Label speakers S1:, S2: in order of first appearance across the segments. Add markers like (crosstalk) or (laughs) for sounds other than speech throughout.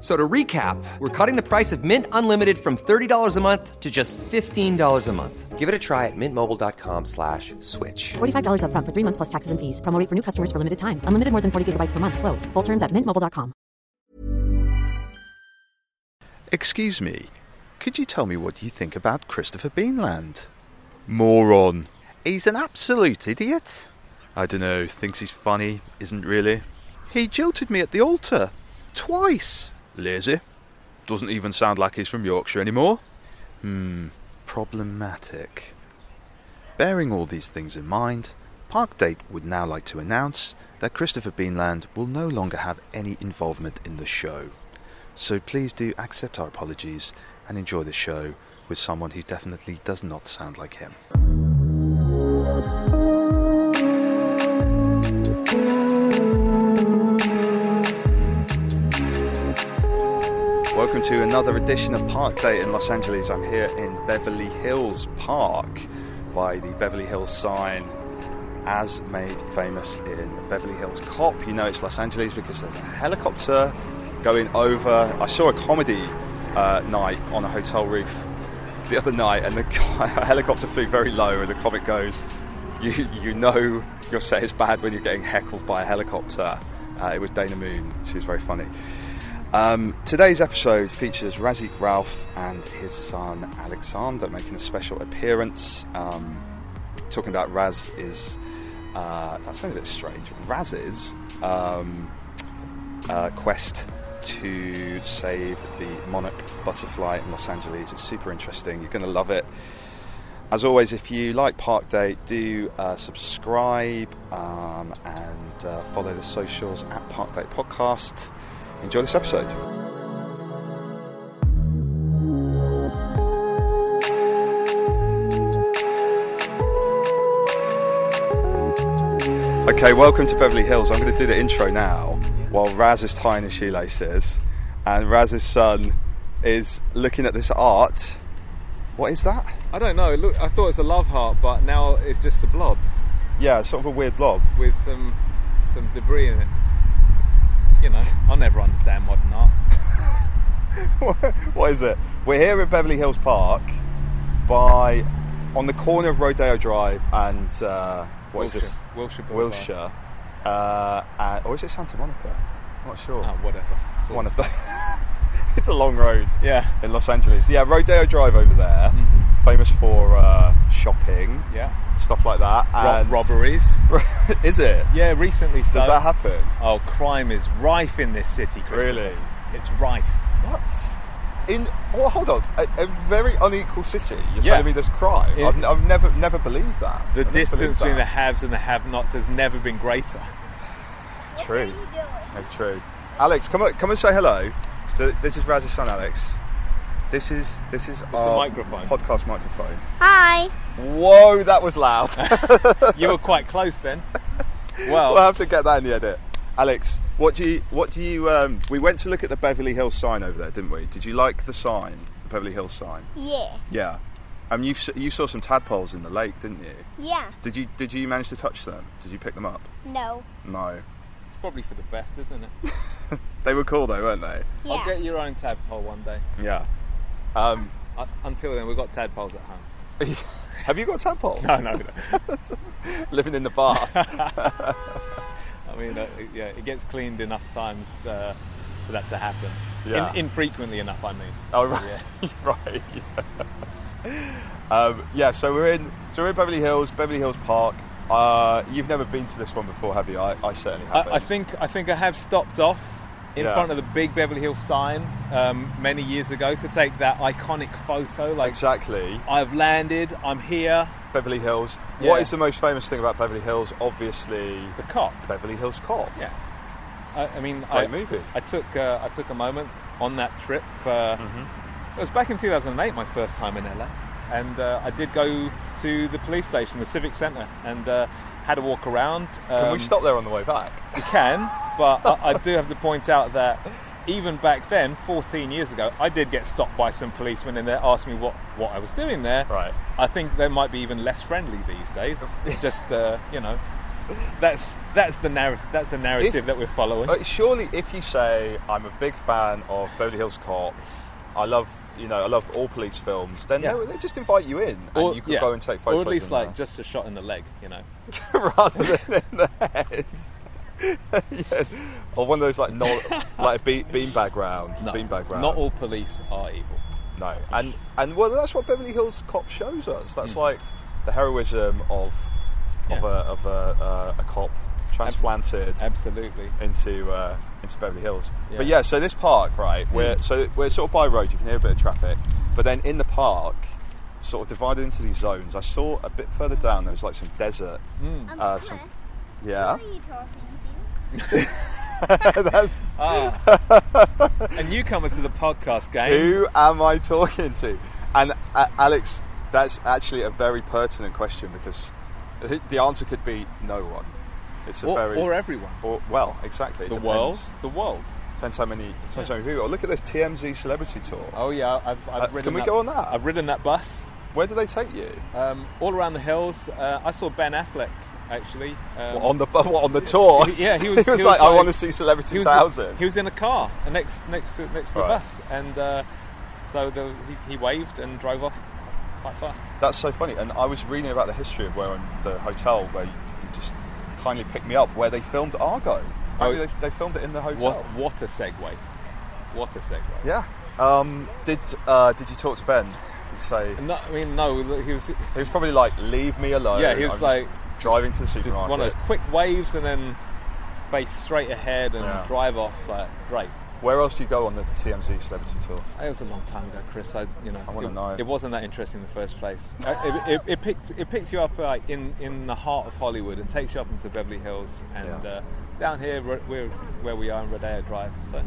S1: So to recap, we're cutting the price of Mint Unlimited from $30 a month to just $15 a month. Give it a try at mintmobile.com slash switch.
S2: $45 up front for three months plus taxes and fees. Promoting for new customers for limited time. Unlimited more than 40 gigabytes per month. Slows. Full terms at mintmobile.com.
S3: Excuse me, could you tell me what you think about Christopher Beanland? Moron. He's an absolute idiot. I dunno, thinks he's funny, isn't really. He jilted me at the altar. Twice. Lazy. Doesn't even sound like he's from Yorkshire anymore. Hmm, problematic. Bearing all these things in mind, Parkdate would now like to announce that Christopher Beanland will no longer have any involvement in the show. So please do accept our apologies and enjoy the show with someone who definitely does not sound like him. Welcome to another edition of Park Day in Los Angeles. I'm here in Beverly Hills Park by the Beverly Hills sign as made famous in Beverly Hills Cop. You know it's Los Angeles because there's a helicopter going over. I saw a comedy uh, night on a hotel roof the other night, and the (laughs) guy, a helicopter flew very low, and the comic goes, "You you know your set is bad when you're getting heckled by a helicopter." Uh, it was Dana Moon. She was very funny. Um, today's episode features Razik Ralph and his son Alexander making a special appearance. Um, talking about Raz is uh, that sounds a bit strange. Raz's um, uh, quest to save the monarch butterfly in Los Angeles. It's super interesting. You're going to love it. As always, if you like Park Day, do uh, subscribe um, and uh, follow the socials at Park Day Podcast. Enjoy this episode. Okay, welcome to Beverly Hills. I'm going to do the intro now while Raz is tying his shoelaces and Raz's son is looking at this art. What is that?
S4: I don't know. Look, I thought it was a love heart, but now it's just a blob
S3: Yeah, it's sort of a weird blob. (laughs)
S4: with some some debris in it. You know, I'll never understand modern art.
S3: what is it? We're here at Beverly Hills Park by on the corner of Rodeo Drive and uh, what is
S4: Wilshire.
S3: this?
S4: Wilshire Boulevard.
S3: Wilshire. Uh, and, or is it Santa Monica? Not sure.
S4: Oh, whatever. It's all
S3: One
S4: the
S3: of
S4: same.
S3: the. (laughs) it's a long road.
S4: Yeah.
S3: In Los Angeles. Yeah, Rodeo Drive over there,
S4: Mhm.
S3: famous for uh, shopping,
S4: Yeah.
S3: stuff like that.
S4: Rob-
S3: And
S4: robberies.
S3: (laughs) is it?
S4: Yeah, recently. So.
S3: Does that happen?
S4: Oh, crime is rife in this city, Christopher.
S3: Really?
S4: It's rife.
S3: What? In well, hold on. A, a very unequal city. You're
S4: Yeah.
S3: telling me there's crime.
S4: It-
S3: I've, I've never, never believed that.
S4: The
S3: I never
S4: distance
S3: believed
S4: between the
S3: that.
S4: haves and the have-nots has never been
S3: (laughs)
S4: greater.
S3: It's true. It's true. Alex, come on, come and say hello. So this is Raz's son, Alex. This is this is
S4: a
S3: our
S4: microphone.
S3: podcast microphone.
S5: Hi.
S3: Whoa, that was loud.
S4: You were quite close then. Well,
S3: we'll have to get that in the edit. Alex, what do you what do you? Um, we went to look at the Beverly Hills sign over there, didn't we? Did you like the sign, the Beverly Hills sign?
S5: Yeah.
S3: Yeah. And you you saw some tadpoles in the lake, didn't you?
S5: Yeah.
S3: Did you did you manage to touch them? Did you pick them up?
S5: No.
S3: No.
S4: it's probably for the best, isn't it?
S3: They were cool though, weren't they?
S4: I'll
S5: Yeah.
S4: get your own tadpole one day.
S3: Yeah. Um, (laughs)
S4: Uh, until then, we've got tadpoles at home.
S3: have you got a tadpole?
S4: No, no.
S3: (laughs) Living in the bar.
S4: I mean, uh, yeah, it gets cleaned enough times uh, for that to happen.
S3: Yeah.
S4: In, infrequently enough, I mean.
S3: oh right, (laughs) right. um, yeah. So we're in so we're in Beverly Hills, Beverly Hills Park. Uh, you've never been to this one before, have you? I, I certainly haven't.
S4: I, I think I think I have stopped off in
S3: Yeah.
S4: front of the big Beverly Hills sign um, many years ago to take that iconic photo. Like,
S3: Exactly.
S4: I've landed, I'm here.
S3: Beverly Hills.
S4: Yeah.
S3: What is the most famous thing about Beverly Hills? Obviously,
S4: The cop.
S3: Beverly Hills Cop.
S4: Yeah. I, I mean,
S3: Great
S4: I,
S3: movie.
S4: I took uh, I took a moment on that trip. Uh,
S3: Mm-hmm.
S4: It was back in 2008, my first time in LA, and uh, I did go to the police station, the civic center, and uh, had a walk around.
S3: Can
S4: Um,
S3: we stop there on the way back?
S4: You can, but I, I do have to point out that even back then, 14 years ago, I did get stopped by some policemen, and they asked me what what I was doing there.
S3: Right.
S4: I think they might be even less friendly these days. Just uh, you know. That's that's the narrative. That's the narrative that we're following.
S3: Uh, surely, if you say I'm a big fan of Beverly Hills Cop, I love you know I love all police films, then
S4: Yeah.
S3: they, they just invite you in and you can
S4: yeah.
S3: go and take photos.
S4: Or at least
S3: in
S4: like
S3: there.
S4: just a shot in the leg, you know.
S3: (laughs) rather than in the head. (laughs) Yeah. Or one of those like no,
S4: (laughs)
S3: like a be- beanbag round, beanbag round.
S4: Not all police are evil.
S3: No, and and well, that's what Beverly Hills Cop shows us. That's like the heroism of of
S4: Hmm. Yeah.
S3: a of a, uh, a cop transplanted (laughs)
S4: Absolutely.
S3: into uh, into Beverly Hills. But
S4: Yeah. Hmm.
S3: yeah, so this park, right? We're so we're sort of by road. You can hear a bit of traffic, but then in the park, sort of divided into these zones. I saw a bit further down there was like some desert.
S4: Hmm.
S5: Um,
S3: Uh,
S5: Cliff,
S3: some-
S5: who
S3: Yeah, (laughs)
S5: are you talking
S3: that's (laughs)
S4: A Ah. newcomer to the podcast game.
S3: who am I talking to? And uh, Alex, that's actually a very pertinent question because I think the answer could be no one. It's a
S4: Or,
S3: very
S4: or everyone.
S3: or- well, exactly. it
S4: the
S3: depends.
S4: world. The world.
S3: Depends how many. Depends how many people. Look at this TMZ celebrity tour.
S4: Oh yeah, I've, I've
S3: Uh,
S4: ridden.
S3: can we
S4: that-
S3: go on that?
S4: I've ridden that bus
S3: Where do they take you?
S4: um, all around the hills. Uh, I saw Ben Affleck actually. Um,
S3: What, on the (laughs) bu- what, on the tour?
S4: he- (laughs)
S3: (laughs)
S4: yeah, he was- he was
S3: like, I
S4: like-
S3: want to see
S4: he
S3: celebrities'
S4: was,
S3: houses.
S4: he was in a car uh, next next to next to
S3: Right.
S4: the bus, and uh, so the, he, he waved and drove off quite fast.
S3: That's so funny. And I was reading about the history of where I'm, the hotel where you, you just kindly picked me up, where they filmed Argo. Maybe
S4: Oh.
S3: they, they filmed it in the hotel.
S4: What what a segue! What a segue!
S3: Yeah. Um, did uh, Did you talk to Ben? Did you say
S4: No, I mean no, look, he was
S3: he was probably like, "Leave me alone"?
S4: yeah, he was
S3: I'm just
S4: like
S3: driving
S4: just-
S3: to the supermarket.
S4: Just one of those quick waves and then face straight ahead and
S3: Yeah.
S4: drive off. Like great.
S3: Where else do you go on the TMZ celebrity tour?
S4: It was a long time ago, Chris. I, you know,
S3: I wanna
S4: it,
S3: know.
S4: It wasn't that interesting in the first place. Uh, it, it, it picked it picks you up like in, in the heart of Hollywood and takes you up into Beverly Hills and
S3: Yeah.
S4: uh, down here we're, we're, where we are in Rodeo Drive. So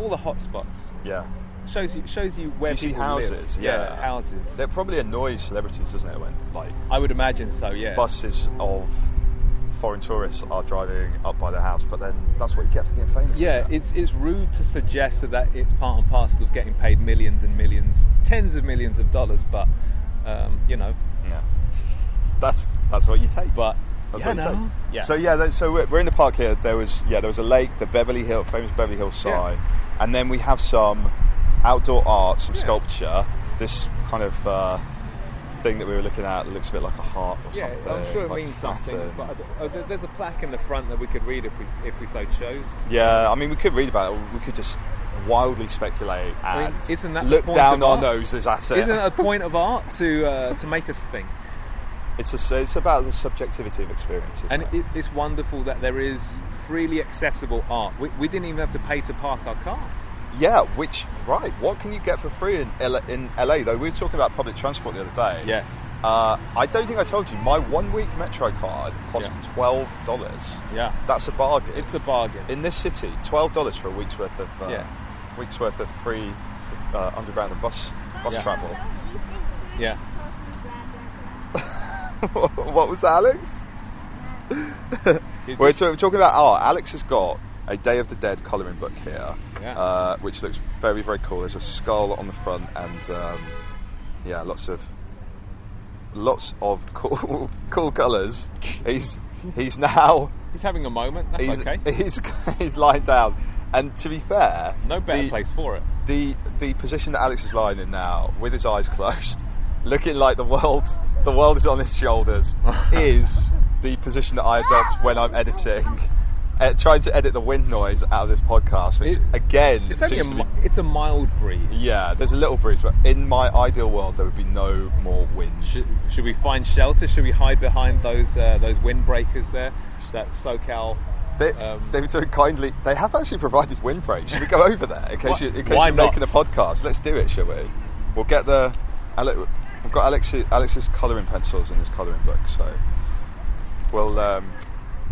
S4: all the hot spots
S3: Yeah,
S4: shows you shows you where
S3: do you see
S4: people
S3: houses?
S4: live. Yeah, houses.
S3: That probably annoys celebrities, doesn't it? When like
S4: I would imagine so. Yeah.
S3: buses of foreign tourists are driving up by their house, but then that's what you get for being famous.
S4: Yeah,
S3: isn't it?
S4: it's it's rude to suggest that, that it's part and parcel of getting paid millions and millions, tens of millions of dollars. But um, you know,
S3: yeah. That's that's what you take.
S4: but
S3: That's
S4: yeah,
S3: what you
S4: no.
S3: take.
S4: Yes.
S3: So yeah, that- so we're, we're in the park here. There was yeah, there was a lake, the Beverly Hill, famous Beverly Hill sign, and then we have some outdoor art, some
S4: Yeah.
S3: sculpture. This kind of uh, thing that we were looking at that looks a bit like a heart or
S4: Yeah,
S3: something.
S4: I'm sure it
S3: like
S4: means something.
S3: fattened.
S4: But I d- oh, there- there's a plaque in the front that we could read if we if we so chose.
S3: yeah, I mean, we could read about it. Or we could just wildly speculate and
S4: I mean, isn't that the
S3: look
S4: point
S3: down
S4: of
S3: our
S4: art?
S3: noses at it.
S4: Isn't
S3: (laughs)
S4: it a point of art to uh, to make us think?
S3: It's a, it's about the subjectivity of experiences.
S4: And it, it's wonderful that there is freely accessible art. We, we didn't even have to pay to park our car.
S3: Yeah, which right? What can you get for free in L- in LA though? We were talking about public transport the other day.
S4: Yes.
S3: Uh, I don't think I told you my one week Metro card cost
S4: Yeah.
S3: twelve dollars.
S4: Yeah.
S3: That's a bargain.
S4: It's a bargain.
S3: in this city, twelve dollars for a week's worth of uh,
S4: Yeah.
S3: week's worth of free uh, underground and bus bus
S4: Yeah.
S3: travel. (laughs)
S5: to?
S4: Yeah.
S3: what was that, Alex? We're, so we're talking about art. Alex has got a Day of the Dead colouring book here,
S4: Yeah.
S3: uh, which looks very, very cool. There's a skull on the front, and um, yeah, lots of lots of (laughs) cool, cool colours. He's he's now
S4: He's having a moment. That's
S3: he's, (laughs)
S4: okay.
S3: he's he's lying down, and to be fair,
S4: No better
S3: the-
S4: place for it.
S3: the the position that Alex is lying in now, with his eyes (laughs) closed, looking like the world the world is on his
S4: (laughs)
S3: shoulders, is the position that I adopt when I'm editing, uh, trying to edit the wind noise out of this podcast, which
S4: It-
S3: again
S4: It's only a,
S3: seems to
S4: mi-
S3: be.
S4: it's a mild breeze.
S3: Yeah, there's a little breeze, but in my ideal world, there would be no more wind.
S4: Should, should we find shelter? Should we hide behind those uh, those windbreakers there? That SoCal
S3: They,
S4: Um,
S3: they've so kindly. They have actually provided windbreak. Should we go over there in case,
S4: Why-
S3: you, in case
S4: why
S3: you're making a
S4: not?
S3: podcast? Let's do it, shall we? We'll get the. Ale- We've got Alex, Alex's colouring pencils and his colouring book, so we'll um,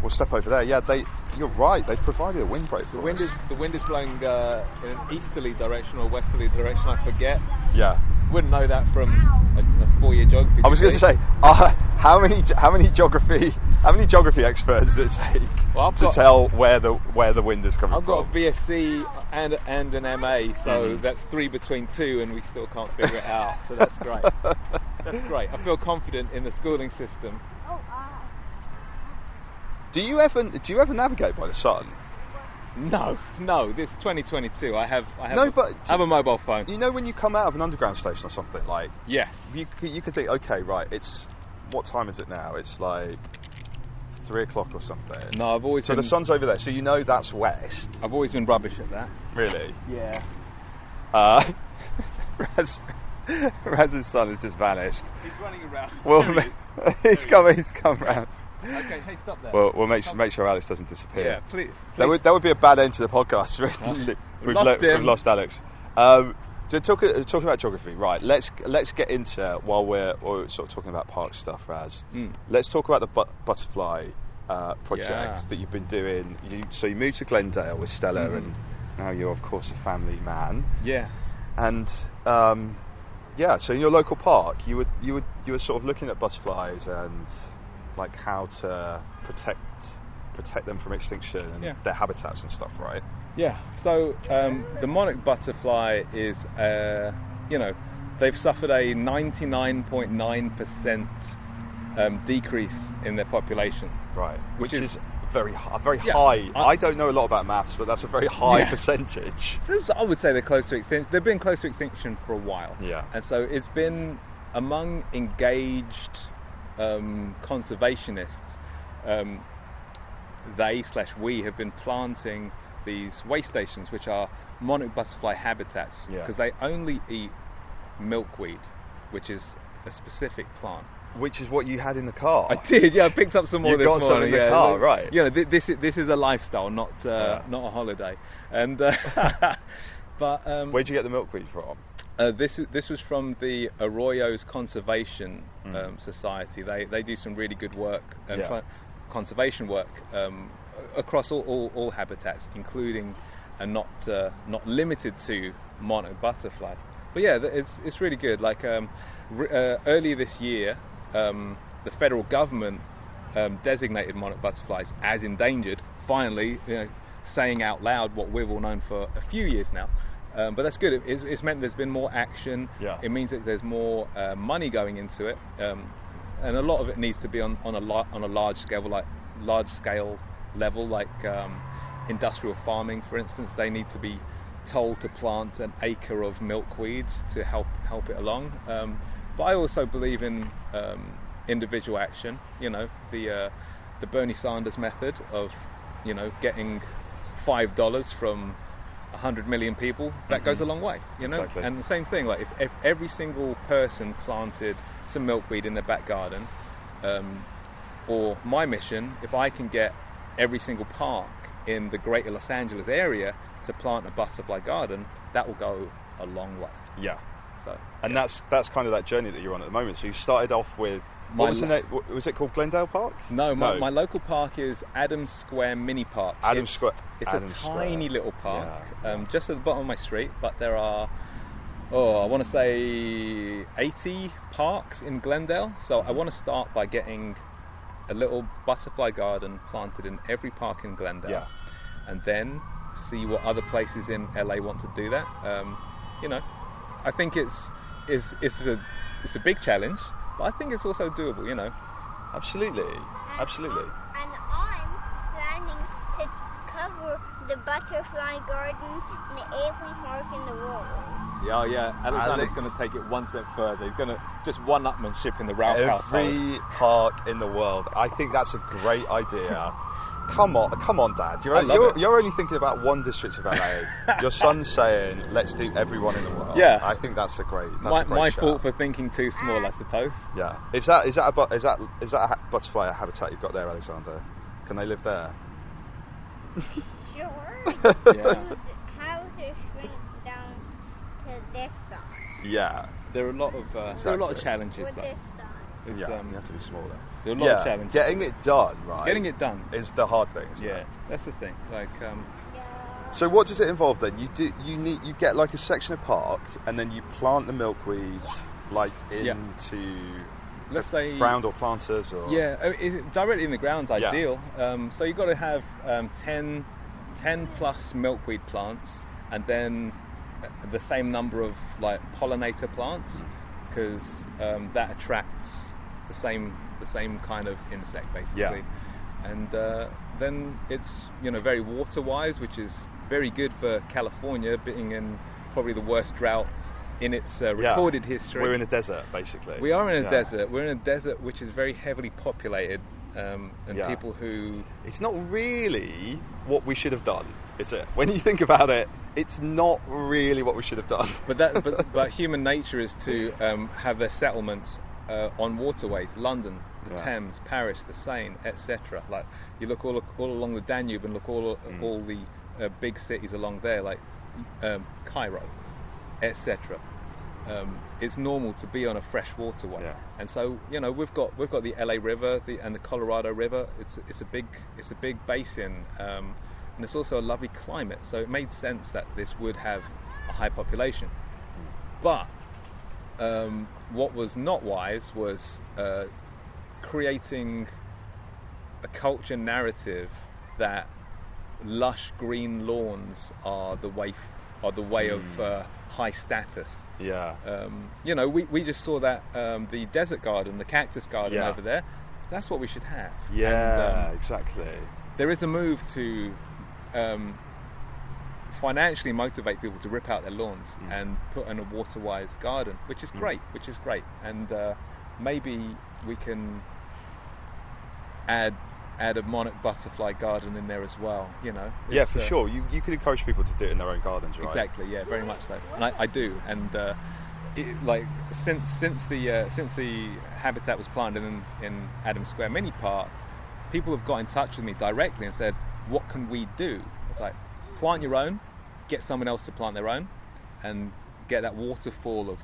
S3: we'll step over there. Yeah, they. You're right. They provided a windbreak.
S4: The
S3: for
S4: wind
S3: us.
S4: is the wind is blowing uh, in an easterly direction or westerly direction. I forget.
S3: Yeah.
S4: Wouldn't know that from a, a four-year geography.
S3: I was going to
S4: degree.
S3: say, uh, how many ge- how many geography how many geography experts does it take
S4: Well, I've
S3: to
S4: got-
S3: tell where the where the wind is coming
S4: I've got
S3: from?
S4: a BSc and and an MA, so
S3: Mm-hmm.
S4: that's three between two, and we still can't figure it out. So that's
S3: (laughs)
S4: great. that's great. I feel confident in the schooling system.
S5: Oh, wow.
S3: do you ever do you ever navigate by the sun?
S4: No, no, this 2022. I have I have
S3: No,
S4: a,
S3: but-
S4: I have a mobile phone.
S3: You know when you come out of an underground station or something like
S4: yes,
S3: you c- you could think, okay, right, it's what time is it now? It's like three o'clock or something.
S4: No, I've always
S3: So
S4: been,
S3: the sun's over there, so you know that's west.
S4: I've always been rubbish at that.
S3: Oh, Really?
S4: Yeah.
S3: Uh, (laughs) Raz, Raz's sun has just vanished.
S4: He's running around.
S3: Well, (laughs) he's come. He's come round.
S4: Okay, hey, stop there.
S3: We'll, we'll make sure, make sure Alex doesn't disappear.
S4: yeah, please.
S3: That would, that would be a bad end to the podcast. (laughs) we've,
S4: lost
S3: lo- we've
S4: him.
S3: lost Alex. Um, so talk, uh, talking about geography, right? Let's let's get into while we're, while we're sort of talking about park stuff, Raz.
S4: Hmm.
S3: Let's talk about the but- butterfly uh, project
S4: Yeah. Mm-hmm.
S3: that you've been doing. You, so you moved to Glendale with Stella, and now you're of course a family man.
S4: Yeah.
S3: And um, yeah, so in your local park, you were you were you were sort of looking at butterflies and like how to protect protect them from extinction and
S4: Yeah.
S3: their habitats and stuff, right?
S4: Yeah. So um, the monarch butterfly is, uh, you know, they've suffered a 99.9% um, decrease in their population.
S3: Right. Which,
S4: Which
S3: is,
S4: is-
S3: very hi- very
S4: Yeah,
S3: high. I,
S4: I-
S3: don't know a lot about maths, but that's a very high
S4: Yeah.
S3: percentage.
S4: This, I would say they're close to extinction. They've been close to extinction for a while.
S3: Yeah.
S4: And so it's been among engaged um, conservationists. Um, they slash we have been planting these waste stations, which are monarch butterfly habitats,
S3: Yeah.
S4: because they only eat milkweed, which is a specific plant.
S3: Which is what you had in the car.
S4: I did, yeah. I picked up some more
S3: You
S4: this
S3: Oh. got some
S4: morning.
S3: in the
S4: yeah.
S3: car,
S4: Look,
S3: right.
S4: You know, thi- this is this is a lifestyle, not uh,
S3: Yeah.
S4: not a holiday. And uh, (laughs) but um,
S3: Where'd you get the milkweed from?
S4: uh, this is- this was from the Arroyos Conservation um, Society. They they do some really good work, um,
S3: Yeah.
S4: try- conservation work um, a- across all, all, all habitats, including and not uh, not limited to monarch butterflies. But yeah, th- it's it's really good. Like um, re- uh, earlier this year, um, the federal government um, designated monarch butterflies as endangered. Finally, you know, saying out loud what we've all known for a few years now. Um, but that's good. It- It's, it's meant there's been more action.
S3: Yeah.
S4: It means that there's more uh, money going into it, um, and a lot of it needs to be on, on a lar- on a large scale, like large scale level, like um, industrial farming, for instance. They need to be told to plant an acre of milkweed to help help it along. Um, but I also believe in um, individual action. You know, the uh, the Bernie Sanders method of you know getting five dollars from 100 million people, that goes a long way, you know?
S3: Exactly.
S4: And the same thing, like if, if every single person planted some milkweed in their back garden, um, or my mission, if I can get every single park in the greater Los Angeles area to plant a butterfly garden, that will go a long way.
S3: Yeah.
S4: So,
S3: And that's that's kind of that journey that you're on at the moment. So you started off with what
S4: My
S3: was the
S4: la-
S3: name? what- Was it called Glendale Park?
S4: no, my, my local park is Adams Square Mini Park.
S3: Adams
S4: it's,
S3: Square-
S4: It's
S3: Adams
S4: a
S3: Square.
S4: tiny little park,
S3: Yeah.
S4: um, just at the bottom of my street, but there are oh, I want to say 80 parks in Glendale. So
S3: Mm-hmm.
S4: I want to start by getting a little butterfly garden planted in every park in Glendale,
S3: Yeah.
S4: and then see what other places in LA want to do that. Um, you know, I think it's it's it's a it's a big challenge, but I think it's also doable. You know,
S3: Absolutely. Absolutely.
S5: And I'm planning to cover the butterfly gardens in every park in the world.
S4: Yeah, oh, yeah. Alexander's
S3: Alex.
S4: going to take it one step further. He's going to just one-upmanship in the Ralph household.
S3: Every park in the world. I think that's a great
S4: (laughs)
S3: idea. Come on, come on, Dad. You're
S4: I
S3: only,
S4: love
S3: you're,
S4: it.
S3: you're only thinking about one district of LA.
S4: (laughs)
S3: Your son's saying, "Let's do everyone in the world."
S4: Yeah.
S3: I think that's a great. That's
S4: My,
S3: a great
S4: my
S3: shout.
S4: fault for thinking too small,
S3: (laughs)
S4: I suppose.
S3: Yeah. Is that is that a bu- is that is that a ha- butterfly habitat you've got there, Alexander? Can they live there?
S5: (laughs) Sure.
S4: Yeah.
S5: How to shrink down to this size?
S3: Yeah.
S4: There are a lot of uh, there are a lot of
S3: Exactly.
S4: challenges
S5: With
S4: though.
S5: this size.
S4: It's,
S3: yeah.
S4: um,
S3: you have to be smaller.
S4: there are a lot
S3: yeah.
S4: of challenges.
S3: Getting it done, right?
S4: Getting it done.
S3: is the hard thing. isn't
S4: yeah,
S3: it?
S4: that's the thing. Like, um,
S5: Yeah.
S3: So what does it involve then? You do you need you get like a section of park and then you plant the milkweed like
S4: Yeah.
S3: into
S4: let's say
S3: ground or planters or
S4: Yeah, I mean, it- directly in the ground's
S3: Yeah.
S4: ideal. Um, so you've got to have um, 10, 10 plus milkweed plants, and then uh, the same number of like pollinator plants, because um, that attracts the same the same kind of insect basically. And uh, then it's you know very water wise, which is very good for California, being in probably the worst drought in its uh,
S3: Yeah.
S4: recorded history.
S3: We're in a desert basically.
S4: We are in a
S3: Yeah.
S4: desert. We're in a desert which is very heavily populated, um, and
S3: Yeah.
S4: people who
S3: It's not really what we should have done, is it? When you think about it, it's not really what we should have
S4: (laughs)
S3: done.
S4: but that but, but human nature is to um, have their settlements uh, on waterways london the
S3: Yeah.
S4: thames paris the seine etc like you look all, all along the danube and look all
S3: Mm.
S4: all the uh, big cities along there like um, cairo etc um, it's normal to be on a fresh waterway
S3: Yeah.
S4: and so you know we've got we've got the la river the, and the colorado river it's it's a big it's a big basin um, and it's also a lovely climate so it made sense that this would have a high population but um, what was not wise was uh, creating a culture narrative that lush green lawns are the way f- are the way
S3: Hmm.
S4: of uh, high status.
S3: yeah.
S4: Um, you know, we, we just saw that um, the desert garden, the cactus garden
S3: Yeah.
S4: over there. That's what we should have.
S3: yeah,
S4: And, um,
S3: exactly.
S4: there is a move to um, financially motivate people to rip out their lawns
S3: Hmm.
S4: and put in a water-wise garden, which is great, which is great, and uh, maybe we can add add a monarch butterfly garden in there as well. You know,
S3: yeah,
S4: It's,
S3: for
S4: uh,
S3: sure. You you could encourage people to do it in their own gardens, right?
S4: Exactly. Yeah, very much so. And I, I do. And uh, it, like since since the uh, since the habitat was planted in, in Adams Square Mini Park, people have got in touch with me directly and said, "What can we do?" It's like plant your own, get someone else to plant their own, and get that waterfall of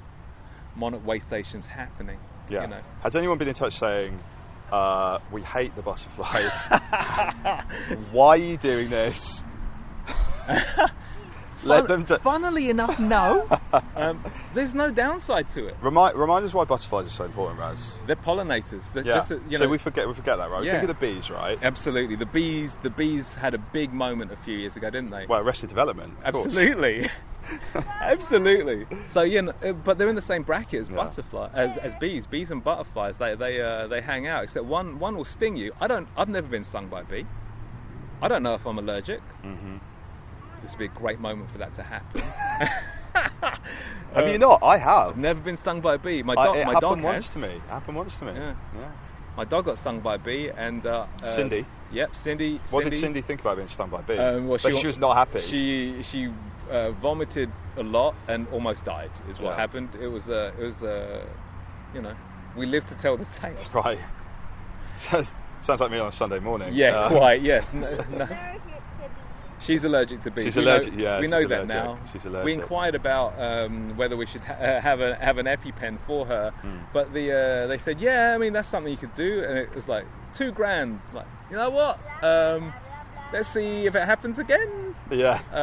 S4: monarch way stations happening.
S3: Yeah.
S4: You know.
S3: Has anyone been in touch saying, uh, "We hate the
S4: (laughs)
S3: butterflies. Why are you doing this? Let them do-
S4: Funnily
S3: (laughs)
S4: enough, no. (laughs) um, there's no downside to it.
S3: remind remind us why butterflies are so important, Raz.
S4: They're pollinators. They're
S3: Yeah.
S4: just, uh, you know,
S3: so we forget we forget that, right?
S4: Yeah.
S3: We think of the bees, right?
S4: Absolutely, the bees. The bees had a big moment a few years ago, didn't they?
S3: Well, Arrested Development. of course. (laughs)
S4: absolutely, absolutely. So you know, uh, but they're in the same bracket as
S3: Yeah.
S4: butterfly as, as bees. Bees and butterflies, they they uh, they hang out. Except one one will sting you. I don't. I've never been stung by a bee. I don't know if I'm allergic. Mm-hmm. This would be a great moment for that to happen. (laughs)
S3: Have you not? I have.
S4: never been stung by a bee. My
S3: I-
S4: dog.
S3: it
S4: my
S3: happened
S4: dog
S3: once
S4: has.
S3: to me. It happened once to me.
S4: Yeah.
S3: yeah.
S4: My dog got stung by a bee, and uh, uh,
S3: Cindy?
S4: Yep, Cindy.
S3: What did Cindy think about being stung by a bee?
S4: Um, well,
S3: But she,
S4: wa-
S3: was not happy.
S4: She she uh, vomited a lot and almost died. Is what
S3: Yeah.
S4: happened. It was uh, it was uh, you know we live to tell
S3: (laughs)
S4: the tale.
S3: (laughs)
S4: (laughs)
S3: right. Sounds, sounds like me on a Sunday morning.
S4: Yeah,
S3: Uh,
S4: quite. Yes. No, no.
S5: Allergic to bees.
S3: She's
S4: She's allergic to bees. We know-
S3: allergic- yeah,
S4: we
S3: she's
S4: know that
S3: allergic.
S4: now.
S3: She's allergic.
S4: We inquired about um, whether we should ha- uh, have a have an EpiPen for her,
S3: Hmm.
S4: but the uh, they said, yeah, I mean that's something you could do, and it was like two grand. Like you know what? Um, let's see if it happens again.
S3: (laughs) Yeah.
S4: Uh,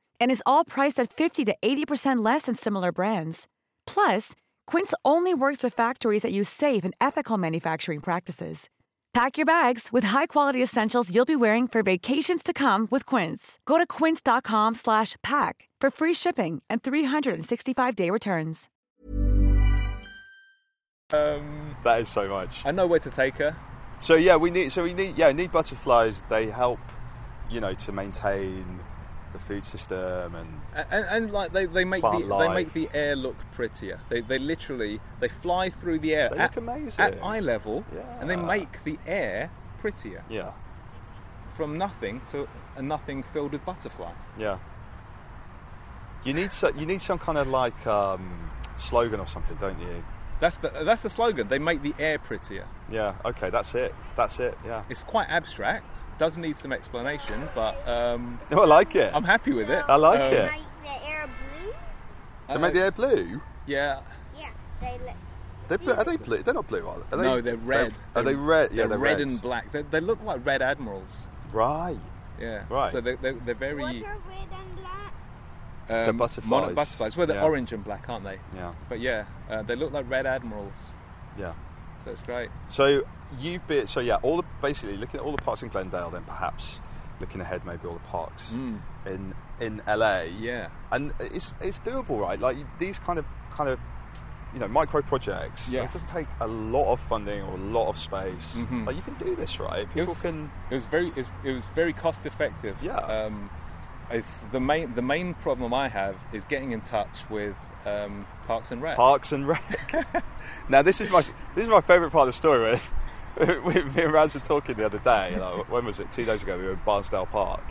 S6: And is all priced at 50 to 80% less than similar brands. Plus, Quince only works with factories that use safe and ethical manufacturing practices. Pack your bags with high-quality essentials you'll be wearing for vacations to come with Quince. Go to quince.com slash pack for free shipping and 365-day returns.
S4: Um,
S3: that is so much.
S4: I know where to take her.
S3: So yeah, we need. So we need. Yeah, need butterflies. They help, you know, to maintain the food system and
S4: And, and, and like they, they make
S3: Plant
S4: the
S3: life.
S4: they make the air look prettier. They, they literally they fly through the air
S3: They
S4: at,
S3: look amazing.
S4: at eye level, and they
S3: Yeah.
S4: make the air prettier
S3: yeah,
S4: from nothing to a nothing filled with butterfly.
S3: yeah. You need so, you need some kind of like um, slogan or something, don't you?
S4: That's the that's the slogan. They make the air prettier.
S3: Yeah. Okay, that's it. That's it. Yeah. (laughs)
S4: It's quite abstract. Does need some explanation, but um,
S3: No, Oh, I like it.
S4: I'm happy with it.
S3: I like
S4: Um,
S3: it.
S5: Like the air blue?
S3: They make the air blue.
S4: Yeah.
S5: Yeah, they li-
S3: They blue, are they blue? They're not blue, are they? Are they-
S4: no, they're red.
S3: Are they red? Yeah,
S4: they're,
S3: they're
S4: red, and black. They, they look like red admirals.
S3: Right.
S4: Yeah.
S3: Right.
S4: So they're, they're, they're very.
S5: What are red and black?
S4: Um,
S3: They're butterflies.
S4: monarch butterflies. Well, they're
S3: Yeah.
S4: orange and black, aren't they?
S3: Yeah.
S4: But yeah, uh, they look like red admirals.
S3: Yeah.
S4: So it's great.
S3: So you've been so yeah, all the basically looking at all the parks in Glendale, then perhaps looking ahead, maybe all the parks
S4: Mm.
S3: in in LA.
S4: Yeah.
S3: and it's it's doable, right? Like these kind of kind of you know micro projects.
S4: Yeah.
S3: it doesn't take a lot of funding or a lot of space.
S4: Mhm.
S3: Like you can do this, right?
S4: It
S3: People
S4: was,
S3: can.
S4: it was very. It was, it was very cost effective.
S3: Yeah.
S4: Um, it's the main. The main problem I have is getting in touch with um, Parks and Rec.
S3: Parks and
S4: (laughs)
S3: Rec. now this is my this is my favourite part of the story. When, (laughs) when me and Raz were talking the other day. Like, when was it? Two days ago, we were in Barnsdale Park,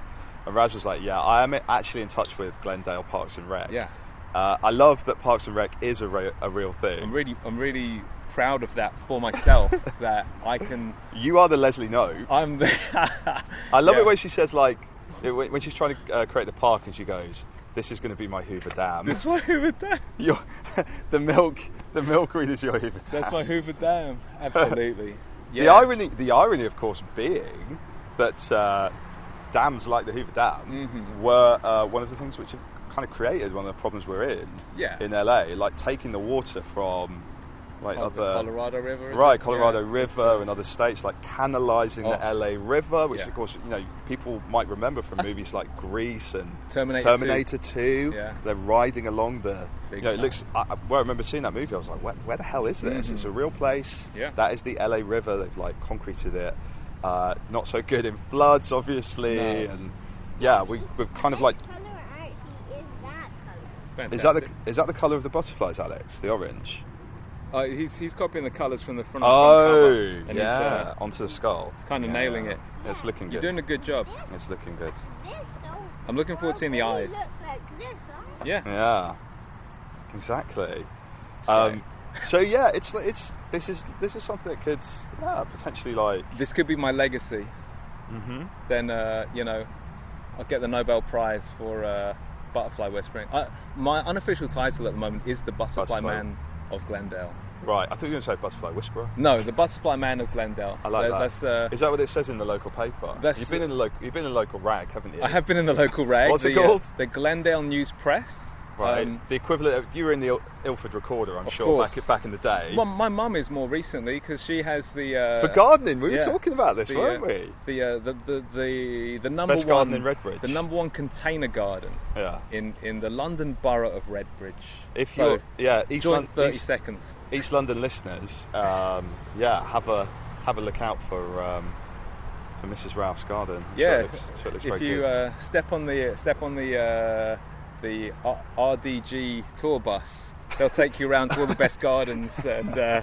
S3: and Raz was like, "Yeah, I am actually in touch with Glendale Parks and Rec."
S4: Yeah.
S3: Uh, I love that Parks and Rec is a, re- a real
S4: I'm
S3: thing.
S4: really. I'm really proud of that
S3: (laughs)
S4: for myself. that I can.
S3: You are the Leslie Nope.
S4: I'm the.
S3: (laughs) I love
S4: Yeah.
S3: it when she says like it- when when she's trying to uh, create the park and she goes, "This is going to be my Hoover Dam.
S4: That's my Hoover Dam.
S3: (laughs) Your, (laughs) the milk, the milk wheel is your Hoover Dam."
S4: That's my Hoover Dam. Absolutely.
S3: (laughs) The irony, the irony, of course, being that uh, dams like the Hoover Dam
S4: Mm-hmm.
S3: were uh, one of the things which have kind of created one of the problems we're in
S4: Yeah.
S3: in LA, like taking the water from like
S4: Oh, the
S3: other
S4: Colorado River. is
S3: Right,
S4: it?
S3: Colorado
S4: Yeah.
S3: River and other states like canalizing
S4: Oh.
S3: the LA River, which
S4: Yeah.
S3: of course you know people might remember from movies like Grease and
S4: Terminator
S3: 2.
S4: Yeah.
S3: They're riding along the.
S4: Big
S3: you know, it
S4: time.
S3: looks. I, I- well, I remember seeing that movie. I was like, where, where the hell is this? It's a real place.
S4: Mm-hmm. Yeah.
S3: That is the LA River. They've like concreted it. Uh, not so good in floods, obviously,
S4: No.
S3: and yeah, we, we're kind of like.
S5: What color actually
S3: Is
S5: is that color?
S3: that the
S4: Fantastic.
S3: is that the color of the butterflies, Alex? The orange.
S4: Uh, he's he's copying the colours from the front.
S3: Oh,
S4: of the front cover, and
S3: yeah,
S4: He's, uh,
S3: onto the skull.
S4: he's kinda nailing it.
S3: It's looking
S4: you're
S3: good.
S4: doing a good job.
S3: It's looking good.
S5: This though.
S4: I'm looking forward to seeing the
S5: really
S4: eyes.
S5: Looks like this, huh?
S4: Yeah.
S3: Yeah, exactly. Um, (laughs) so yeah, it's it's this is this is something that could yeah, potentially like
S4: This could be my legacy.
S3: Mm-hmm.
S4: Then uh, you know, I'll get the Nobel Prize for uh, butterfly whispering. Uh, my unofficial title at the moment is the Butterfly,
S3: Butterfly.
S4: Man of Glendale.
S3: Right, I thought you were going to say Butterfly Whisperer.
S4: No, the Butterfly Man of Glendale.
S3: I like
S4: That-
S3: that.
S4: That's, uh,
S3: Is that what it says in the local paper?
S4: That's-
S3: you've been in the local. You've been in the local rag, haven't you?
S4: I have been in the local rag.
S3: What's it
S4: the, uh,
S3: called?
S4: the Glendale News Press.
S3: Right,
S4: Um,
S3: the equivalent. Of, you were in the Il- Ilford Recorder, I'm
S4: Of
S3: sure,
S4: course.
S3: back back in the day.
S4: Well, my mum is more recently because she has the uh,
S3: For gardening, we were
S4: yeah,
S3: talking about this,
S4: the,
S3: weren't
S4: uh,
S3: we?
S4: The, uh, the the the the number
S3: Best
S4: one
S3: garden in Redbridge.
S4: the number one container garden
S3: Yeah.
S4: in in the London borough of Redbridge.
S3: If
S4: So,
S3: you're, yeah, East,
S4: joint
S3: Lon-
S4: thirty
S3: East-
S4: seconds.
S3: East London listeners, um, yeah, have a have a look out for um, for Mrs. Ralph's garden. I'm sure
S4: Yeah,
S3: it looks, sure it looks
S4: if
S3: very
S4: you
S3: good.
S4: uh, step on the step on the uh, the R- RDG tour bus, they'll take you around to all
S3: (laughs)
S4: the best gardens, and uh,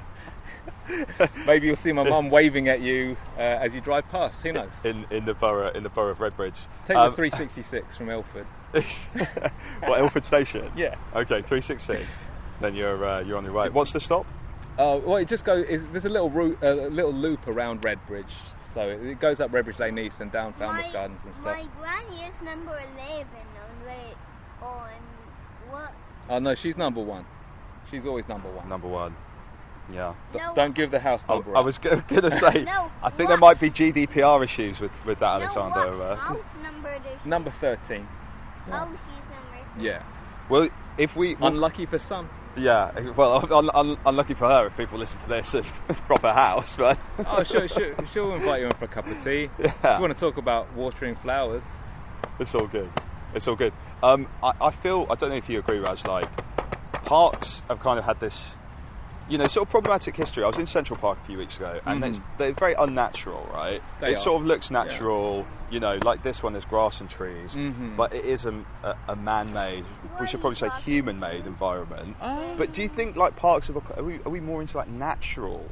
S4: maybe you'll see my mum waving at you uh, as you drive past. Who knows?
S3: in in the borough in the borough of Redbridge.
S4: Take
S3: Um,
S4: the 366 from Ilford.
S3: What Ilford Station?
S4: Yeah.
S3: Okay, three six six. Then you're uh, you're on your way. What's the stop?
S4: Uh, well, it just goes. It's, there's a little route, a little loop around Redbridge, so it, it goes up Redbridge Lane East and down Falmouth
S5: my,
S4: Gardens and stuff.
S5: My granny is number 11 on way on what?
S4: Oh no, she's number one. She's always number one.
S3: Number one. Yeah.
S4: D-
S5: No.
S4: Don't give the house
S3: I,
S4: number.
S3: I
S4: up.
S3: was go- (laughs) gonna say.
S5: No,
S3: I think
S5: what?
S3: there might be GDPR issues with with that,
S5: No,
S3: Alexander.
S5: what
S3: uh,
S5: house number does she?
S4: number thirteen.
S5: Oh, she's number.
S4: Yeah.
S3: Well, if we
S4: Unlucky for some.
S3: yeah, well, (laughs) un, un, unlucky for her if people listen to this and (laughs) drop her house, but
S4: Oh, she'll, she'll, she'll invite you in for a cup of tea.
S3: (laughs) Yeah.
S4: You want to talk about watering flowers?
S3: it's all good. It's all good. Um, I, I feel I don't know if you agree, Raj. Like parks have kind of had this, you know, sort of problematic history. I was in Central Park a few weeks ago, and
S4: Mhm.
S3: it's, they're very unnatural, right?
S4: They
S3: it
S4: are.
S3: sort of looks
S4: Yeah.
S3: natural, you know, like this one is grass and trees,
S4: Mhm.
S3: but it is a, a, a man-made, we should probably say human-made environment.
S4: Oh.
S3: But do you think like parks have, got- are we, are we more into like natural?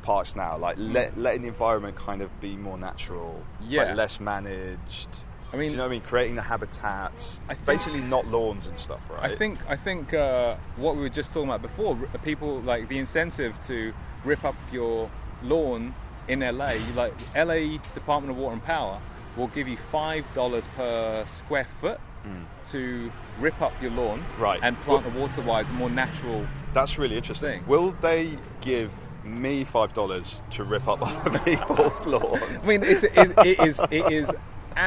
S3: parks now like let, letting the environment kind of be more natural like,
S4: Yeah.
S3: less managed
S4: I mean-
S3: do you know what I mean? Creating the habitats,
S4: I think-
S3: basically not lawns and stuff, right?
S4: I think I think uh, what we were just talking about before, r- people like the incentive to rip up your lawn in LA. Like LA Department of Water and Power will give you five dollars per square foot to rip up your lawn
S3: Hmm. Right.
S4: and plant a water-wise more
S3: (laughs)
S4: natural.
S3: that's really interesting.
S4: Thing.
S3: Will they give me five dollars to rip up (laughs) other people's lawns?
S4: I (laughs) mean, it's, it, it is it is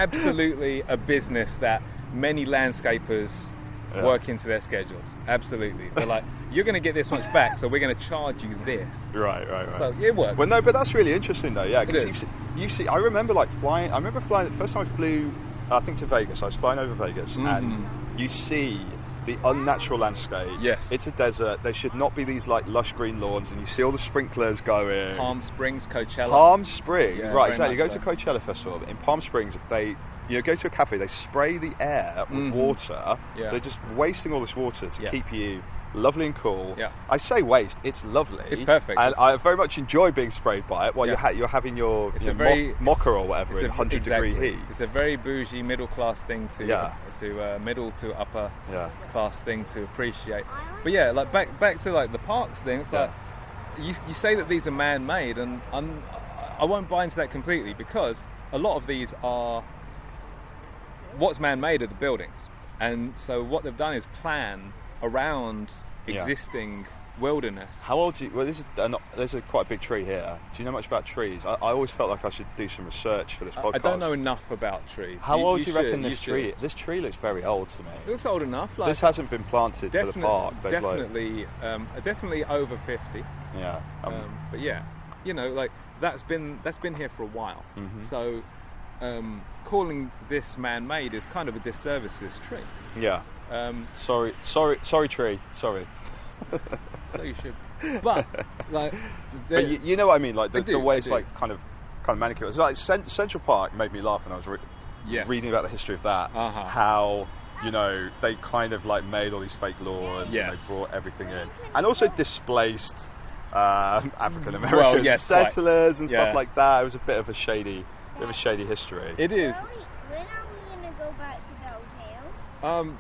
S4: absolutely a business that many landscapers
S3: Yeah.
S4: work into their schedules. Absolutely, they're like, you're going to get this much back, so we're going to charge you this.
S3: right, right, right.
S4: So it works.
S3: well, no, but that's really interesting, though. Yeah,
S4: It
S3: because
S4: is.
S3: you, see- you see, I remember like flying. I remember flying the first time I flew. I think to Vegas. I was flying over Vegas, and you see the unnatural landscape.
S4: Mm-hmm. Yes.
S3: it's a desert. There should not be these like lush green lawns, and you see all the sprinklers going.
S4: Palm Springs, Coachella.
S3: Palm Springs,
S4: Yeah,
S3: right?
S4: very
S3: Exactly. You go
S4: much
S3: to
S4: so.
S3: Coachella Festival but in Palm Springs. They, you know, go to a cafe. They spray the air with
S4: Mhm.
S3: water.
S4: Yeah.
S3: So they're just wasting all this water to
S4: Yes.
S3: keep you lovely and cool.
S4: Yeah.
S3: I say waste. It's lovely.
S4: It's perfect.
S3: And I very much enjoy being sprayed by it while
S4: Yeah.
S3: you're, ha- you're having your,
S4: It's
S3: your
S4: a very
S3: mo- mocha
S4: it's-
S3: or whatever
S4: it's
S3: in
S4: a-
S3: 100
S4: exactly.
S3: degree heat.
S4: It's a very bougie middle class thing to
S3: Yeah.
S4: to uh, middle to upper
S3: Yeah.
S4: class thing to appreciate. But yeah, like back back to like the parks thing. It's like you you say that these are man made, and I'm, I won't buy into that completely because a lot of these are what's man made are the buildings, and so what they've done is plan around
S3: Yeah.
S4: existing wilderness.
S3: How old do you? Well, this is an, there's a quite a big tree here. Do you know much about trees? I, I always felt like I should do some research for this
S4: I-
S3: podcast.
S4: I don't know enough about trees.
S3: How old do you
S4: should,
S3: reckon this
S4: should.
S3: tree? This tree looks very old to me.
S4: It looks old enough. Like
S3: this hasn't been planted for the
S4: definitely,
S3: park. They've, like-
S4: definitely, um, definitely over fifty.
S3: yeah.
S4: Um,
S3: Um,
S4: but yeah, you know, like that's been that's been here for a while.
S3: Mhm.
S4: So um, calling this man-made is kind of a disservice to this tree.
S3: yeah.
S4: Um,
S3: Sorry, sorry, sorry, tree. Sorry.
S4: so you should,
S3: (laughs)
S4: but like,
S3: But you, you know what I mean, like the,
S4: I do,
S3: the way
S4: I
S3: it's
S4: do.
S3: like kind of kind of manicured. It's like Cent- Central Park made me laugh when I was re-
S4: Yes.
S3: reading about the history of that.
S4: Uh-huh.
S3: How you know they kind of like made all these fake lawns and
S4: Yes.
S3: they brought everything in, and also displaced um, African American
S4: Well, yes, right.
S3: settlers and
S4: Yeah.
S3: stuff like that. It was a bit of a shady, bit of a shady history.
S4: it is.
S5: When are we gonna go back to Belltail?
S4: Um,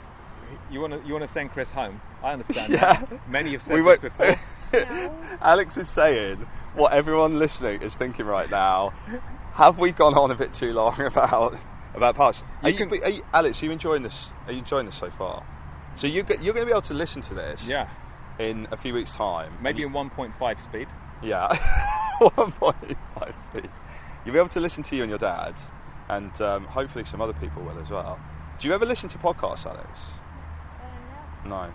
S4: you want to you want to send Chris home? I
S3: (laughs)
S4: understand.
S3: Yeah.
S4: that. many have
S3: We
S4: said this
S3: won't- (laughs)
S4: before.
S3: Alex is saying what everyone listening is thinking right now. Have we gone on a bit too long (laughs) about about parts? Are
S4: You
S3: you,
S4: can-
S3: but are you, Alex, are you enjoying this? Are you enjoying this so far? So you go- you're going to be able to listen to this.
S4: Yeah.
S3: in a few weeks' time.
S4: Maybe in 1.5 speed.
S3: Yeah, (laughs) 1.5 speed. You'll be able to listen to you and your dad, and um, hopefully some other people will as well. Do you ever listen to podcasts, Alex? no. No.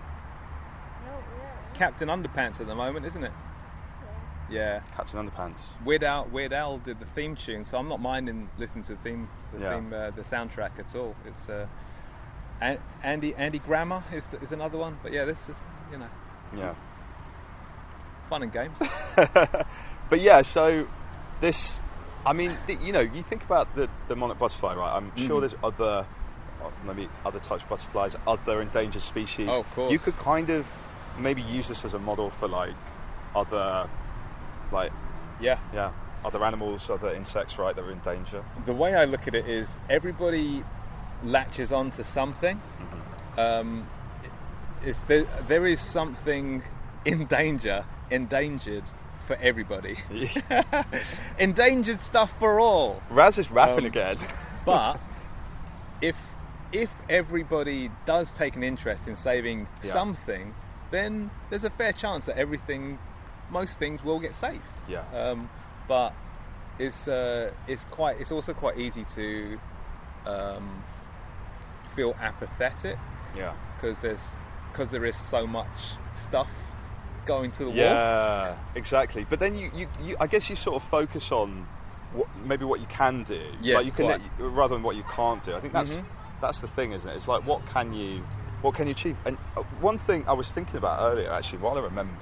S4: Captain Underpants at the moment, isn't it? Yeah.
S3: Captain Underpants.
S4: Weird Al, Weird Al did the theme tune, so I'm not minding listening to the theme, the
S3: Yeah.
S4: theme, uh, the soundtrack at all. It's uh, An- Andy Andy Grammer is, is another one, but yeah, this is you know
S3: Yeah.
S4: fun and games.
S3: But yeah, so this, I mean, th- you know, you think about the, the monarch butterfly, right? I'm sure
S4: Mhm.
S3: there's other, uh, maybe other types of butterflies, other endangered species.
S4: Oh, of course.
S3: You could kind of maybe use this as a model for like other, like,
S4: yeah,
S3: yeah, other animals, other insects, right, that are in danger.
S4: the way I look at it is everybody latches onto something. Um, it's there, there is something in danger, endangered for everybody. (laughs) endangered stuff for all.
S3: Raz is rapping
S4: Um,
S3: again. (laughs)
S4: but if if everybody does take an interest in saving
S3: Yeah.
S4: something, then there's a fair chance that everything, most things, will get saved.
S3: Yeah.
S4: Um, but it's uh, it's quite it's also quite easy to um, feel apathetic
S3: Yeah.
S4: because there's because there is so much stuff going to the wall.
S3: Yeah, exactly. But then you, you, you, I guess you sort of focus on what, maybe what you can do,
S4: Yes,
S3: like you can,
S4: quite.
S3: rather than what you can't do. I think that's
S4: Mhm.
S3: that's the thing, isn't it? It's like what can you, what can you achieve? And uh, one thing I was thinking about earlier, actually, while I remember,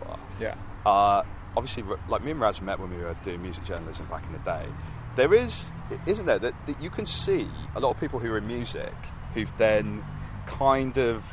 S4: Yeah.
S3: uh, obviously, r- like me and Raj met when we were doing music journalism back in the day. There is, isn't there, that, that you can see a lot of people who are in music who've then kind of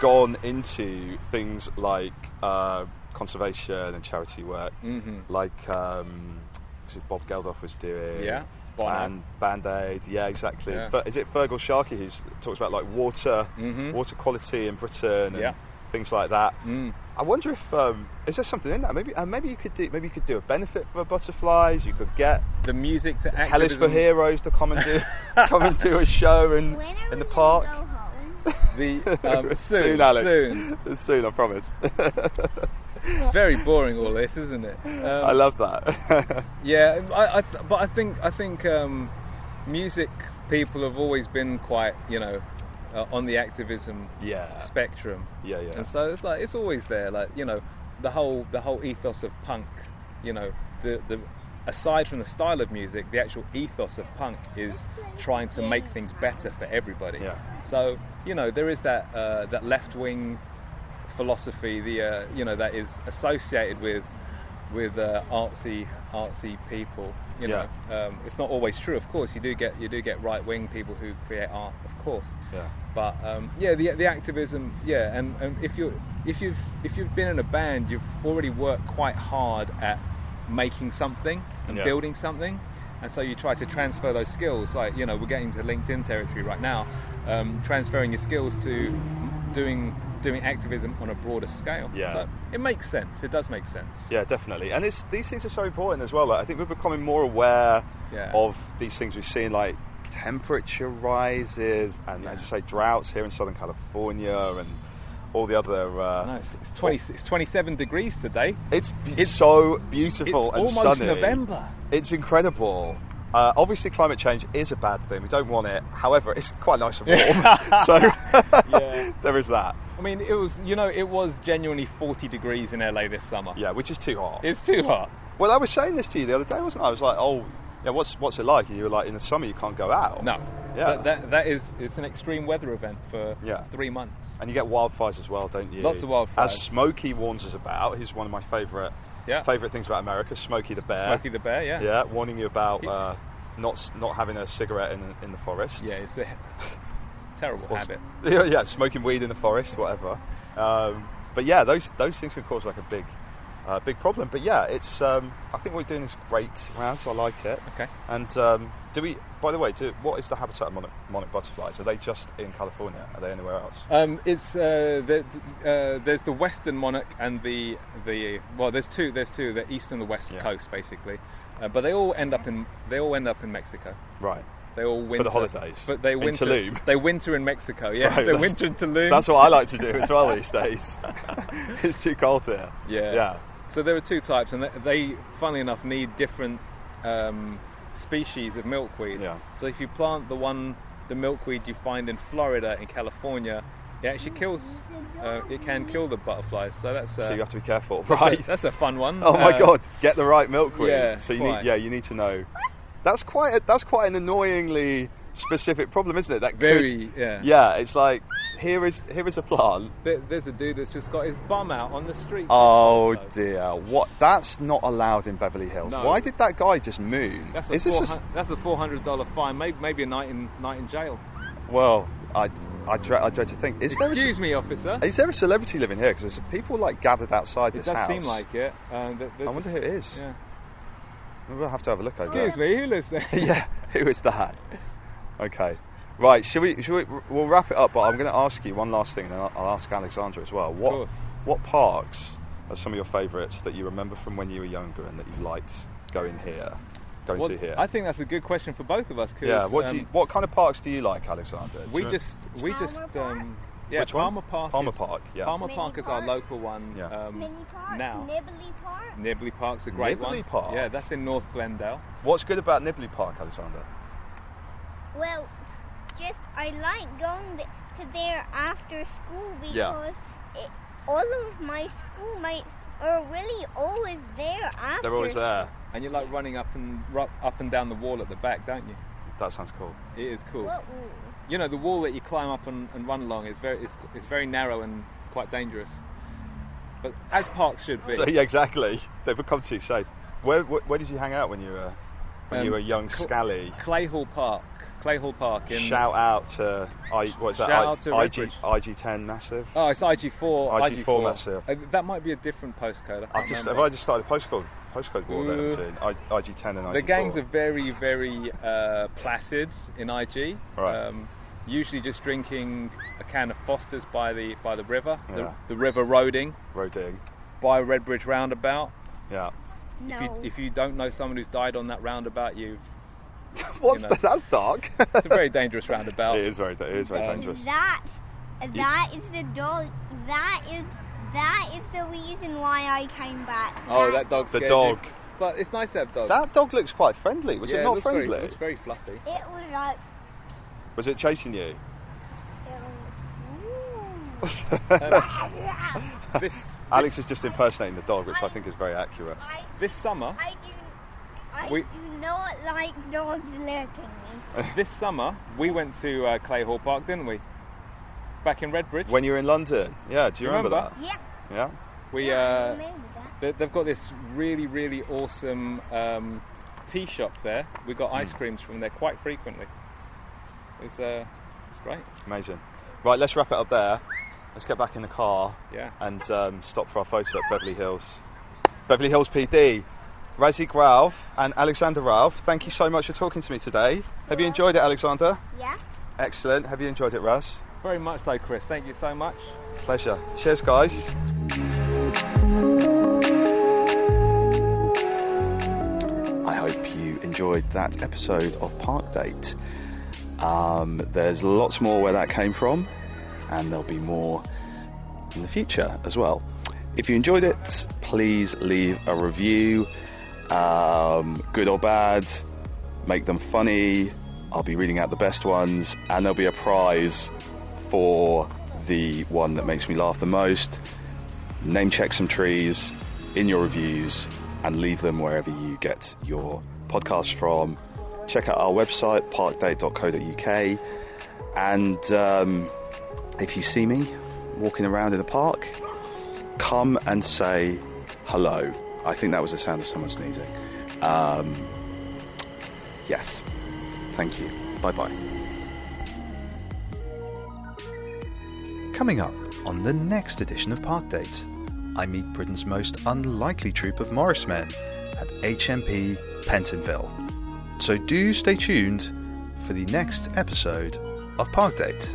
S3: gone into things like uh, conservation and charity work,
S4: Mhm.
S3: like um, was it Bob Geldof was doing.
S4: Yeah, Bono.
S3: And Band Aid, yeah, exactly.
S4: Yeah.
S3: But is it Fergal Sharkey who talks about like water,
S4: Mhm.
S3: water quality in Britain and
S4: Yeah.
S3: things like that?
S4: Mm.
S3: I wonder if um, is there something in that? Maybe uh, maybe you could do maybe you could do a benefit for butterflies. You could get
S4: The music to
S3: Hellish for
S4: activism-
S3: Heroes to come and
S4: (laughs)
S3: do come and do a show in in the park.
S4: (laughs)
S3: (laughs)
S4: The um, soon,
S3: soon, Alex.
S4: soon.
S3: (laughs) Soon, I promise.
S4: It's very boring, all this, isn't it? Um,
S3: I love that. (laughs)
S4: Yeah, I, I, but I think I think um, music people have always been quite, you know, uh, on the activism
S3: Yeah.
S4: spectrum.
S3: Yeah, yeah.
S4: And so it's like it's always there, like you know, the whole the whole ethos of punk. You know, the the aside from the style of music, the actual ethos of punk is trying to make things better for everybody.
S3: Yeah.
S4: So you know, there is that uh, that left wing philosophy, the uh, you know that is associated with with uh, artsy artsy people. You
S3: Yeah.
S4: know, um, it's not always true. Of course, you do get you do get right wing people who create art. Of course.
S3: Yeah.
S4: But um, yeah, the, the activism, yeah, and, and if you if you've if you've been in a band, you've already worked quite hard at making something and
S3: Yeah.
S4: building something, and so you try to transfer those skills. Like you know, we're getting to LinkedIn territory right now, um, transferring your skills to doing doing activism on a broader scale.
S3: Yeah.
S4: So it makes sense. It does make sense.
S3: Yeah, definitely. And it's, these things are so important as well. Like, I think we're becoming more aware
S4: Yeah.
S3: of these things we've seen, like temperature rises, and as I say, droughts here in Southern California, and all the other. Uh,
S4: No, it's, it's twenty it's twenty seven degrees today.
S3: It's, it's so beautiful
S4: it's
S3: and
S4: almost
S3: sunny.
S4: November.
S3: It's incredible. Uh, obviously, climate change is a bad thing. We don't want it. However, it's quite nice and
S4: (laughs)
S3: warm. so (laughs) there is that.
S4: I mean, it was you know it was genuinely forty degrees in LA this summer.
S3: Yeah, which is too hot.
S4: It's too hot.
S3: Well, I was saying this to you the other day, wasn't I? I was like, oh, yeah, what's what's it like? And you were like, in the summer you can't go out.
S4: No.
S3: Yeah.
S4: That, that, that is it's an extreme weather event for
S3: Yeah.
S4: three months.
S3: And you get wildfires as well, don't you?
S4: Lots of wildfires.
S3: As Smokey warns us about, he's one of my favourite
S4: Yeah.
S3: favourite things about America, Smokey the Bear.
S4: Smokey the Bear, yeah.
S3: Yeah, warning you about
S4: He-
S3: uh, not s- not having a cigarette in in the forest.
S4: Yeah, it's a, (laughs) it's a terrible
S3: Or s-
S4: habit.
S3: (laughs) Yeah, yeah, smoking weed in the forest, whatever. Um, but yeah, those those things can cause like a big uh, big problem. But yeah, it's um, I think what we're doing is great, Raz. I like it.
S4: Okay.
S3: And um, do we? By the way, do what is the habitat of monarch, monarch butterflies? Are they just in California? Are they anywhere
S4: (laughs)
S3: else?
S4: Um, it's uh, the, uh, there's the Western Monarch and the the well, there's two there's two the East and the West
S3: Yeah.
S4: Coast basically, uh, but they all end up in they all end up in Mexico.
S3: Right.
S4: They all winter
S3: the holidays.
S4: But they
S3: In
S4: winter.
S3: Tulum.
S4: They winter in Mexico. Yeah,
S3: Right,
S4: they
S3: that's-
S4: winter in Tulum.
S3: That's what I like to do as
S4: (laughs)
S3: well these days. (laughs) it's too cold here.
S4: Yeah.
S3: Yeah.
S4: So there are two types, and they- they, funnily enough, need different um, species of milkweed. Yeah. So if you plant the one, the milkweed you find in Florida and California, it actually kills. Uh, it can kill the butterflies. So that's. Uh,
S3: So you have to be careful, (laughs)
S4: that's a-
S3: right?
S4: That's a fun one.
S3: Oh my
S4: Uh,
S3: god, get the right milkweed.
S4: yeah,
S3: so you
S4: quite.
S3: need, yeah, you need to know. That's quite a, that's quite an annoyingly specific problem, isn't it? That could-
S4: Very, yeah.
S3: Yeah, it's like here is here is a plant.
S4: There, there's a dude that's just got his bum out on the street.
S3: Oh dear, what? That's not allowed in Beverly Hills.
S4: No.
S3: Why did that guy just moon?
S4: That's a,
S3: is this a,
S4: 400,
S3: s-
S4: that's a four hundred dollar fine, maybe, maybe a night in night in jail.
S3: well? I I dread, I dread to think. Is there a,
S4: Excuse me, officer.
S3: Is there a celebrity living here? Because there's people like gathered outside
S4: It
S3: this
S4: does
S3: house.
S4: seem like it. Um, th- there's
S3: I wonder
S4: a-
S3: who it is.
S4: Yeah.
S3: We'll have to have a look over.
S4: Excuse me, who lives there?
S3: (laughs) yeah, who is that? Okay. Right, should we, should we, we'll wrap it up, but I'm going to ask you one last thing, and then I'll, I'll ask Alexandra as well. What,
S4: course.
S3: What parks are some of your favourites that you remember from when you were younger and that you liked going here, going
S4: Well,
S3: to here?
S4: I think that's a good question for both of us. 'cause,
S3: yeah, what, do
S4: um,
S3: you, what kind of parks do you like, Alexandra? Do
S4: we
S3: you-
S4: just we just um, yeah,
S3: Which one?
S4: Palmer Park.
S3: Palmer
S4: is-
S3: Park, yeah.
S4: Palmer
S3: Mini
S4: Park is our local one. Um,
S5: Park,
S4: now.
S5: Nibley Park.
S4: Nibley Park's a great one.
S3: Nibley Park?
S4: Yeah, that's in North Glendale.
S3: What's good about Nibley Park, Alexandra?
S5: Well, just I like going th- to there after school because
S3: Yeah.
S5: it, all of my schoolmates are really always there after.
S4: And you like running up and ru- up and down the wall at the back, don't you?
S3: That sounds cool.
S4: It is cool.
S5: What wall?
S4: You know, the wall that you climb up and, and run along is very it's, it's very narrow and quite dangerous. But as parks should be.
S3: So, yeah, exactly. They've become too safe. Where, where, where did you hang out when you were, when you
S4: Um,
S3: were young
S4: Cl-
S3: scally?
S4: Clayhall Park. Clayhall Park in
S3: Shout out to I, what's that?
S4: Shout out to
S3: I, IG,
S4: Redbridge.
S3: IG10 massive.
S4: Oh, it's IG4.
S3: IG4 massive.
S4: Uh, that might be a different postcode. I can't
S3: I've just have
S4: remember.
S3: I just started postcode postcode war then
S4: Ooh.
S3: between I, IG10 and IG4.
S4: the gangs are very, very uh, placid in IG.
S3: Right.
S4: Um, usually just drinking a can of Foster's by the by the river,
S3: Yeah.
S4: the, the river roading,
S3: roading
S4: by Redbridge roundabout. (laughs)
S3: Yeah.
S4: If you, if you don't know someone who's died on that roundabout, you've
S3: What's
S4: know.
S3: that? That's dark.
S4: it's a very dangerous roundabout.
S3: (laughs) it is very da- it is very
S4: Um,
S3: dangerous.
S5: That that is the dog. That is that is the reason why I came back.
S4: Oh, that dog's
S3: The dog.
S4: But it's nice to have dogs.
S3: That dog looks quite friendly. Was
S4: Yeah,
S3: it not
S4: looks very-
S3: friendly?
S4: looks
S3: (laughs)
S4: very fluffy.
S5: It was like.
S3: Was it chasing you?
S4: (laughs) this
S3: Alex is just impersonating the dog, which I think is very accurate.
S4: This summer,
S5: I do. I
S4: We-
S5: do not like dogs licking me.
S4: this summer we went to uh, Clayhall Park, didn't we? Back in Redbridge.
S3: When you were in London, yeah. Do you remember,
S4: Remember?
S3: that?
S5: Yeah.
S3: Yeah.
S4: We
S5: I
S4: uh,
S5: remember that.
S4: they- they've got this really really awesome um, tea shop there. We got ice
S3: Hmm.
S4: creams from there quite frequently. It's uh, it's great.
S3: Amazing. Right, let's wrap it up there. Let's get back in the car.
S4: Yeah.
S3: And um, stop for our photo at Beverly Hills. Beverly Hills PD. Razik Ralph and Alexander Ralph, thank you so much for talking to me today. Have you enjoyed it, Alexander?
S5: Yeah.
S3: Excellent. Have you enjoyed it, Raz?
S4: Very much so, Chris. Thank you so much.
S3: Pleasure. Cheers, guys. I hope you enjoyed that episode of Park Date. Um, there's lots more where that came from, and there'll be more in the future as well. If you enjoyed it, please leave a review, um, good or bad. Make them funny. I'll be reading out the best ones, and there'll be a prize for the one that makes me laugh the most. Name check some trees in your reviews and leave them wherever you get your podcast from. Check out our website, parkdate.co.uk. And um, if you see me walking around in the park, come and say hello. I think that was the sound of someone sneezing. Um, yes. Thank you. Bye bye.
S7: Coming up on the next edition of Park Date, I meet Britain's most unlikely troop of Morris men at HMP Pentonville. So do stay tuned for the next episode of Park Date.